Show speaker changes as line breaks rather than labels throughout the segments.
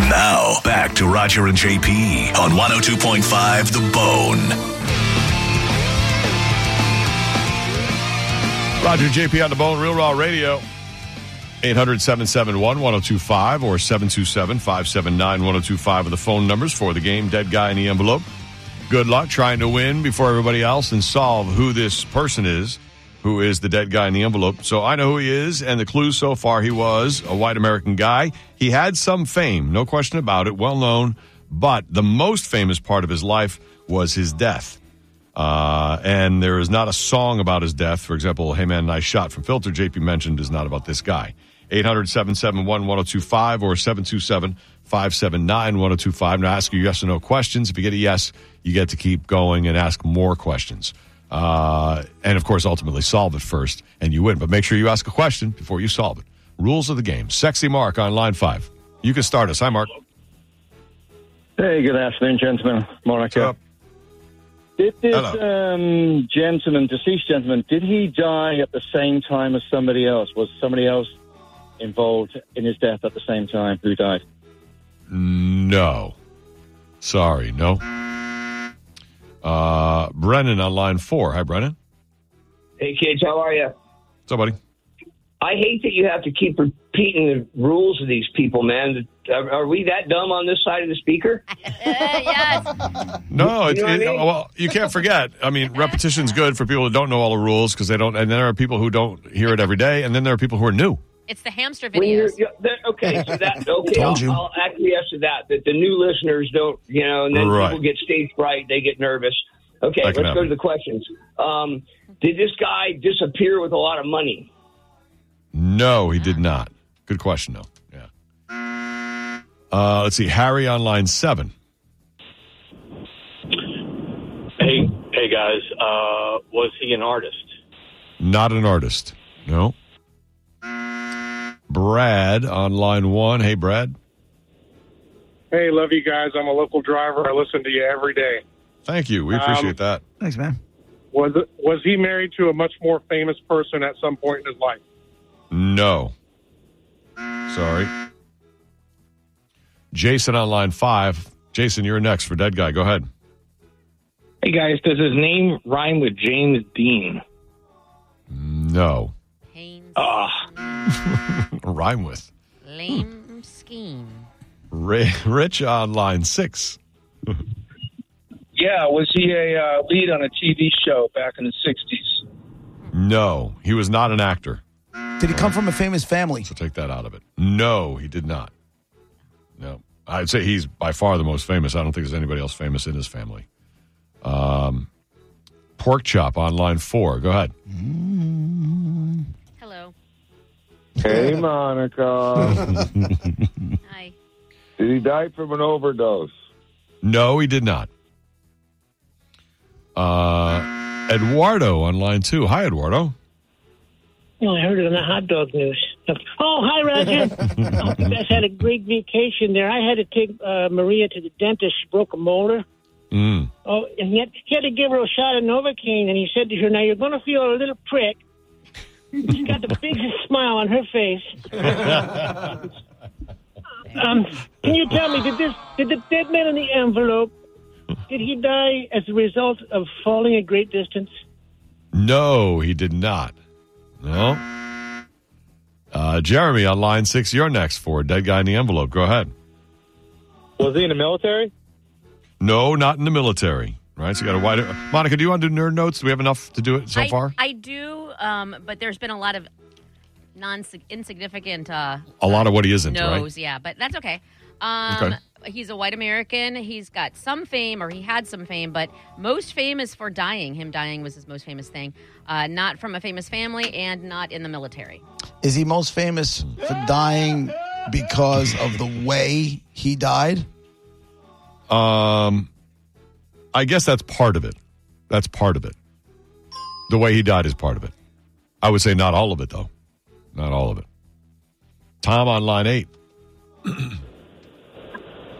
Now, back to Roger and JP on 102.5 The Bone.
Roger JP on the Bone, Real Raw Radio. 800 771 1025 or 727 579 1025 are the phone numbers for the game. Dead guy in the envelope. Good luck trying to win before everybody else and solve who this person is who is the dead guy in the envelope. So I know who he is, and the clue so far he was a white American guy. He had some fame, no question about it, well known, but the most famous part of his life was his death. Uh, and there is not a song about his death. For example, Hey Man, Nice Shot from Filter, JP mentioned, is not about this guy. 800 771 1025 or 727 579 1025. Now, ask you yes or no questions. If you get a yes, you get to keep going and ask more questions. Uh, and of course, ultimately solve it first and you win. But make sure you ask a question before you solve it. Rules of the game. Sexy Mark on line five. You can start us. Hi, Mark.
Hey, good afternoon, gentlemen. Monica.
What's up?
Did this
Hello.
um, gentleman, deceased gentleman, did he die at the same time as somebody else? Was somebody else involved in his death at the same time? Who died?
No. Sorry, no. Uh, Brennan on line four. Hi, Brennan.
Hey kids, how are you?
What's up, buddy?
I hate that you have to keep repeating the rules of these people, man. Are, are we that dumb on this side of the speaker?
yes.
No, it's
know what I
it,
mean?
well, you can't forget. I mean, repetition's good for people who don't know all the rules because they don't. And there are people who don't hear it every day, and then there are people who are new.
It's the hamster
When you're-
videos.
you're- that- okay, so that okay,
Told you.
I'll, I'll acquiesce to that. That the new listeners don't, you know, and then
Right.
people get stage fright, they get nervous. Okay,
That
let's
can
go
happen.
to the questions. Um, did this guy disappear with a lot of money?
No, he did not. Good question, though. Yeah. Uh, let's see. Harry on line seven.
Hey, hey guys, uh, was he an artist?
Not an artist. No. Brad on line one. Hey, Brad.
Hey, love you guys. I'm a local driver. I listen to you every day.
Thank you. We
Um,
appreciate that.
Thanks, man.
Was was he married to a much more famous person at some point in his life?
No. Sorry. Jason on line five. Jason, you're next for Dead Guy. Go ahead.
Hey guys, does his name rhyme with James Dean?
No.
Pains.
Uh,
Rhyme with.
Lame scheme.
Ri- Rich on line six.
Yeah, was he a uh, lead on a TV show back in the '60s?
No. He was not an actor.
Did he come from a famous family?
So take that out of it. No, he did not. No. I'd say he's by far the most famous. I don't think there's anybody else famous in his family. Um, Pork Chop on line four. Go ahead.
Hello.
Hey, Monica.
Hi.
did he die from an overdose?
No, he did not. Uh, Eduardo on line two. Hi, Eduardo.
No, I heard it on the hot dog news. Oh, hi, Roger. oh, you guys had a great vacation there. I had to take uh, Maria to the dentist. She broke a molar.
Mm.
Oh, and he had, he had to give her a shot of Novocaine, and he said to her, now you're going to feel a little prick. She's got the biggest smile on her face. um, can you tell me, did this did the dead man in the envelope, did he die as a result of falling a great distance?
No, he did not. No. Uh, Jeremy on line six. You're next for Dead Guy in the Envelope. Go ahead.
Was he in the military?
No, not in the military. Right. So you got a wider. Monica, do you want to do nerd notes? Do we have enough to do it so
I,
far?
I do, um, but there's been a lot of non insignificant uh,
A lot of what he isn't,
knows,
right?
yeah, but that's okay. Um, He's a white American. He's got some fame, or he had some fame, but most famous for dying. Him dying was his most famous thing. Uh, not from a famous family, and not in the military.
Is he most famous for dying because of the way he died?
Um, I guess that's part of it. That's part of it. The way he died is part of it. I would say not all of it, though. Not all of it. Tom on line eight.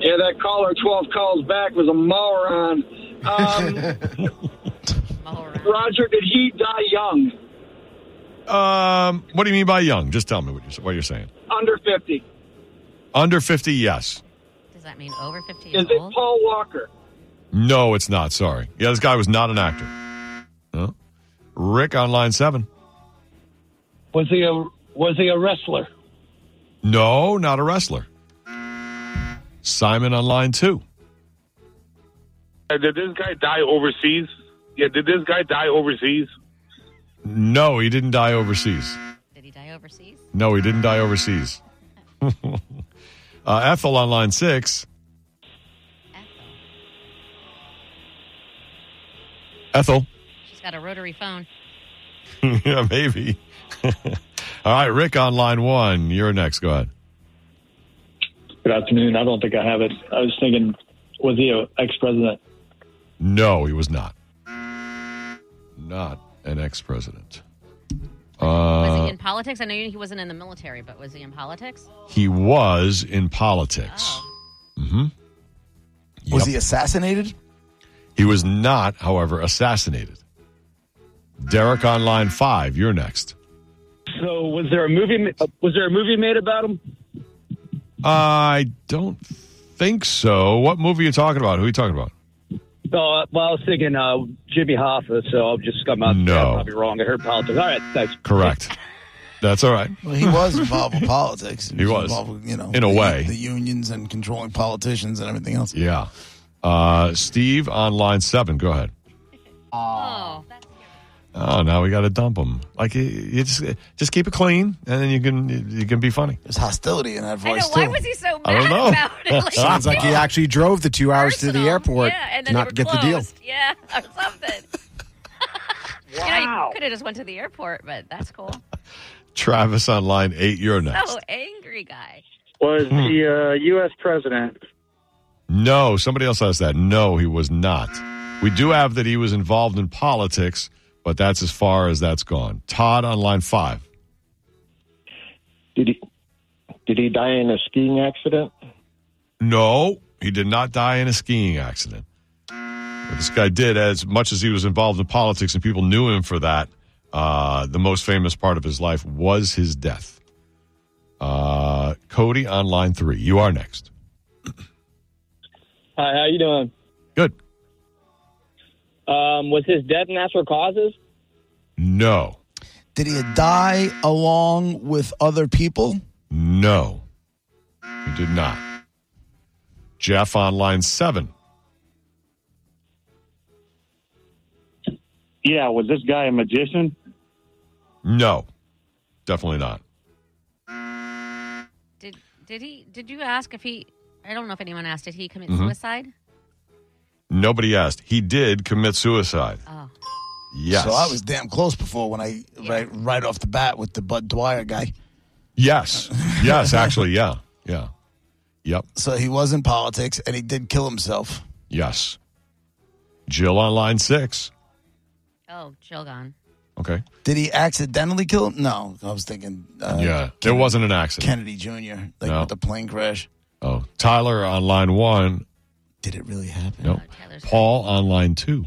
Yeah, that caller twelve calls back was a moron. Um,
All around.
Roger, did he die young?
Um, what do you mean by young? Just tell me what you're, what you're saying.
Under fifty.
Under 50, yes.
Does does that mean? Over 50
Is
years
it
old?
Paul Walker?
No, it's not. Sorry. Yeah, this guy was not an actor. No. Rick on line seven.
Was he a was he a wrestler?
No, not a wrestler. Simon on line two.
Uh, Did this guy die overseas? Yeah, did this guy die overseas?
No, he didn't die overseas.
Did he die overseas?
No, he didn't die overseas. uh, Ethel on line six. Ethel.
She's got a rotary phone.
yeah, maybe. All right, Rick on line one. You're next. Go ahead.
Good afternoon. I don't think I have it. I was thinking, was he an ex president?
No, he was not. Not an ex president.
Was
Uh,
he in politics? I know he wasn't in the military, but was he in politics?
he was in politics. hmm
Was he assassinated?
He was not, however, assassinated. Derek on line five. You're next.
So was there a movie? ma- Was there a movie made about him?
I don't think so. What movie are you talking about? Who are you talking about?
No, uh, well, I was thinking uh, Jimmy Hoffa, so I'll just come out.
No.
I'll be wrong. I heard politics. All right, thanks.
Correct. That's all right.
Well, he was involved with politics.
He was,
involved with, you know,
in a
the-
way.
the unions and controlling politicians and everything else.
Yeah. Uh, Steve on line seven. Go ahead.
Oh.
Oh, now we got to dump him. Like you, you just just keep it clean, and then you can you can be funny. There's hostility in that
I know. Why was he so mad
I don't know.
about it?
Sounds like he actually drove the two hours to the airport
Yeah, and
to
then
not
they
get
were
the deal.
closed. Yeah, or something. wow. could have just went to the airport, but that's cool.
Travis on line eight. You're next.
So angry guy.
Was
Hmm.
the uh, U.S. president?
No, somebody else has that. No, he was not. We do have that he was involved in politics, but that's as far as that's gone. Todd on line five.
Did he? Did he die in a skiing accident?
No, he did not die in a skiing accident. But this guy did, as much as he was involved in politics and people knew him for that, uh, the most famous part of his life was his death. Uh, Cody on line three. You are next.
Hi, how you doing?
Good.
Um, was his death natural causes?
No.
Did he die along with other people?
No, he did not. Jeff on line seven.
Yeah, was this guy a magician?
No, definitely not.
Did did he? Did you ask if he? I don't know if anyone asked. Did he commit
Mhm.
suicide?
Nobody asked. He did commit suicide.
Oh.
Yes.
So I was damn close before when I right right off the bat with the Bud Dwyer guy.
Yes. Yes, actually, yeah. Yeah. Yep.
So he was in politics and he did kill himself.
Yes. Jill on line six.
Oh, Jill gone.
Okay.
Did he accidentally kill him? No, I was thinking uh,
yeah. It wasn't an accident.
Kennedy Jr. Like
No.
with the plane crash.
Oh. Tyler on line one.
Did it really happen?
Oh,
No. Paul on line two.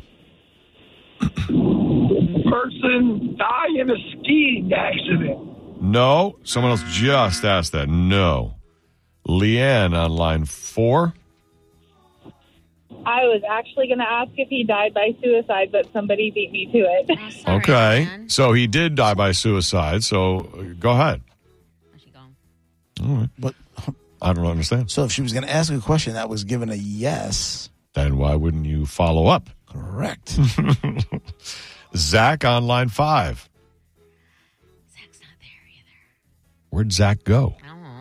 Person die in a skiing accident.
No. Someone else just asked that. No. Leanne on line four.
I was actually going to ask if he died by suicide, but somebody beat me to it.
"Oh,
okay. So he did die by suicide. So uh, go ahead. All right.
But
I don't understand.
So if she was going to ask a question that was given a yes,
Then why wouldn't you follow up?
correct.
Zach on line five. Zach's not there either. Where'd Zach go?
I don't know.
All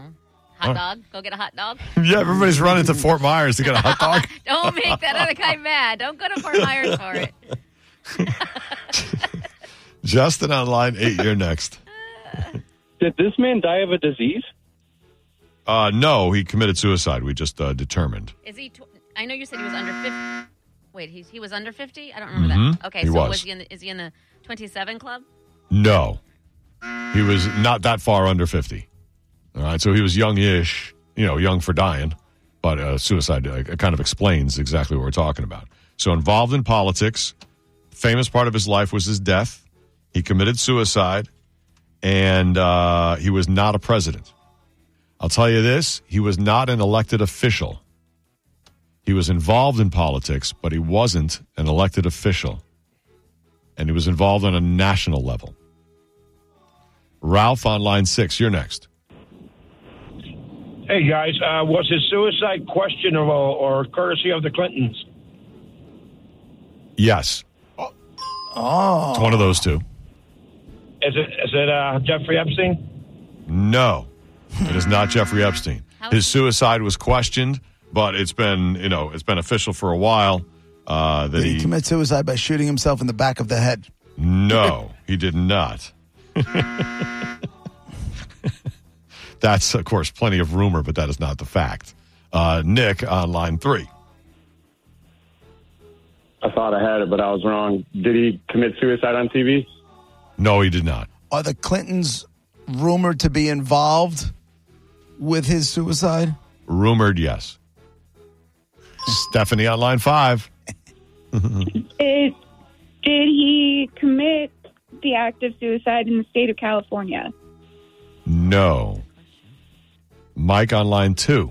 Hot
right.
dog. Go get a hot dog.
yeah, everybody's running to Fort Myers to get a hot dog.
Don't make that other guy mad. Don't go to Fort Myers for it.
Justin on line eight, you're next.
Did this man die of a disease?
Uh, no, he committed suicide. We just uh, determined.
Is he? Tw- I know you said he was under fifty. Wait, he he was under fifty. I don't remember
Mhm.
that. Okay,
He
so
was.
he in? The, is he in the twenty-seven club?
No, he was not that far under 50. All right, so he was youngish, you know, young for dying, but uh, suicide uh, kind of explains exactly what we're talking about. So involved in politics, famous part of his life was his death. He committed suicide, and uh, he was not a president. I'll tell you this: he was not an elected official. He was involved in politics, but he wasn't an elected official. And he was involved on a national level. Ralph on line six, you're next.
Hey guys, uh, was his suicide questionable or courtesy of the Clintons?
Yes.
Oh.
It's one of those two.
Is it is it uh, Jeffrey Epstein?
No, it is not Jeffrey Epstein. His suicide was questioned, but it's been you know it's been official for a while uh, that
Did he
he.
commit suicide by shooting himself in the back of the head?
No, he did not. That's of course plenty of rumor, but that is not the fact. Uh, Nick on line three.
I thought I had it, but I was wrong. Did he commit suicide on TV?
No, he did not.
Are the Clintons rumored to be involved with his suicide?
Rumored, yes. Stephanie on line five.
It, did he commit the act of suicide in the state of California?
No. Mike on line two.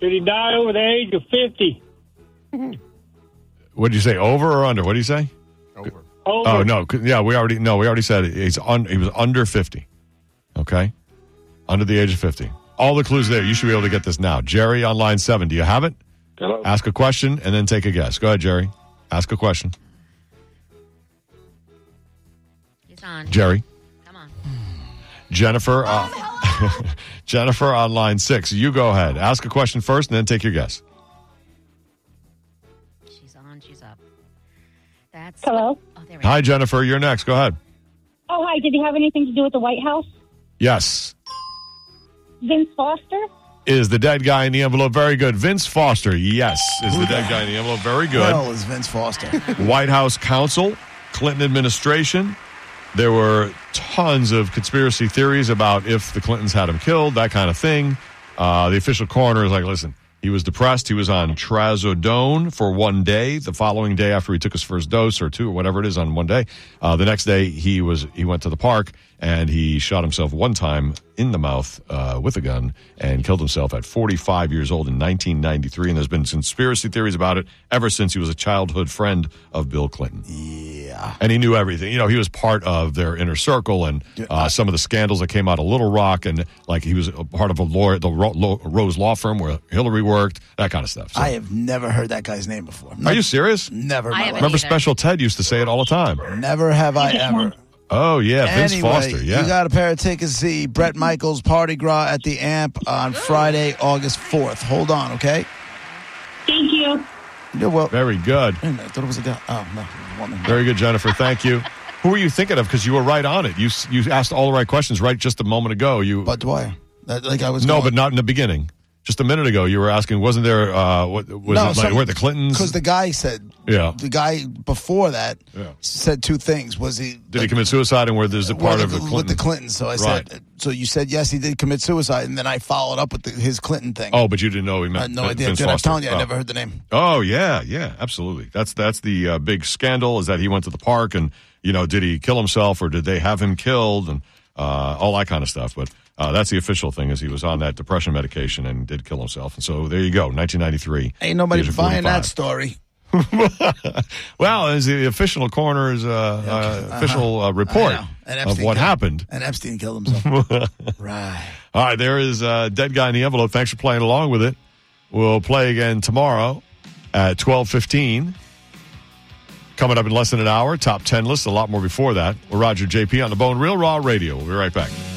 Did he die over the age of 50?
What did you say? Over or under? What did you say?
Over.
Oh no, 'cause- yeah, we already no, we already said it. he's un, he was under fifty. Okay, under the age of fifty. All the clues there. You should be able to get this now. Jerry on line seven. Do you have it?
Hello.
Ask a question and then take a guess. Go ahead, Jerry. Ask a question,
He's on.
Jerry.
Come on.
Jennifer. Uh, Jennifer on line six. You go ahead. Ask a question first and then take your guess.
She's on. She's up. That's.
Hello.
Oh, there we go.
Hi, Jennifer. You're next. Go ahead.
Oh, hi. Did he have anything to do with the White House?
Yes.
Vince Foster?
Is the dead guy in the envelope very good? Vince Foster. Yes. Is the dead guy in the envelope very good?
Well, is Vince Foster.
White House counsel, Clinton administration. There were tons of conspiracy theories about if the Clintons had him killed, that kind of thing. Uh, the official coroner is like, listen, he was depressed. He was on trazodone for one day. The following day, after he took his first dose or two or whatever it is, on one day, uh, the next day he was he went to the park and he shot himself one time in the mouth uh, with a gun and killed himself at 45 years old in 1993. And there's been conspiracy theories about it ever since he was a childhood friend of Bill Clinton and he knew everything. You know, he was part of their inner circle and uh, some of the scandals that came out of Little Rock, and like he was a part of a lawyer, the Ro- Lo- Rose Law Firm where Hillary worked, that kind of stuff. So-
I have never heard that guy's name before.
are you serious?
Never. in my
Remember,
life.
Special Ted used to say it all the time.
Never have I ever.
Oh yeah, Vince
anyway,
Foster. Yeah,
You got a pair of tickets to see Brett Michaels Party Gras at the Amp on Friday, August 4th. Hold on, okay?
Thank you.
You're welcome.
very good,
I thought it was a guy. Oh, no. it was a Woman.
very good, Jennifer. Thank you. Who were you thinking of? Because you were right on it. You s- you asked all the right questions right just a moment ago. You
Bud Dwyer. That, like I was
no,
going-
but not in the beginning. Just a minute ago, you were asking, wasn't there? Uh, what was
No,
it like?
some-
Were the Clintons?
Because the guy said,
yeah.
the guy before that
Yeah.
said two things. Was he
Did he commit suicide and where there's a part
Well,
of the
the- with the
Clinton?
Clintons? So I said, so you said yes, he did commit suicide, and then I followed up with the, his Clinton thing.
Oh, but you didn't know he
I
meant
had no
uh,
idea.
Vince
Dude, I'm
Foster.
telling you,
oh.
I never heard the name.
Oh yeah, yeah, absolutely. That's that's the uh, big scandal is that he went to the park and you know did he kill himself or did they have him killed and uh, all that kind of stuff. But uh, that's the official thing is he was on that depression medication and did kill himself. And so there you go, 1993.
Ain't nobody
the age of
buying
45.
that story.
well, as the official coroner's uh, uh, official uh, report
Uh-huh. know. And
of
Epstein
what
killed-
happened.
And Epstein killed himself. right.
All right, there is uh, Dead Guy in the Envelope. Thanks for playing along with it. We'll play again tomorrow at 12.15. Coming up in less than an hour, top 10 list, a lot more before that. We're Roger JP on the Bone Real Raw Radio. We'll be right back.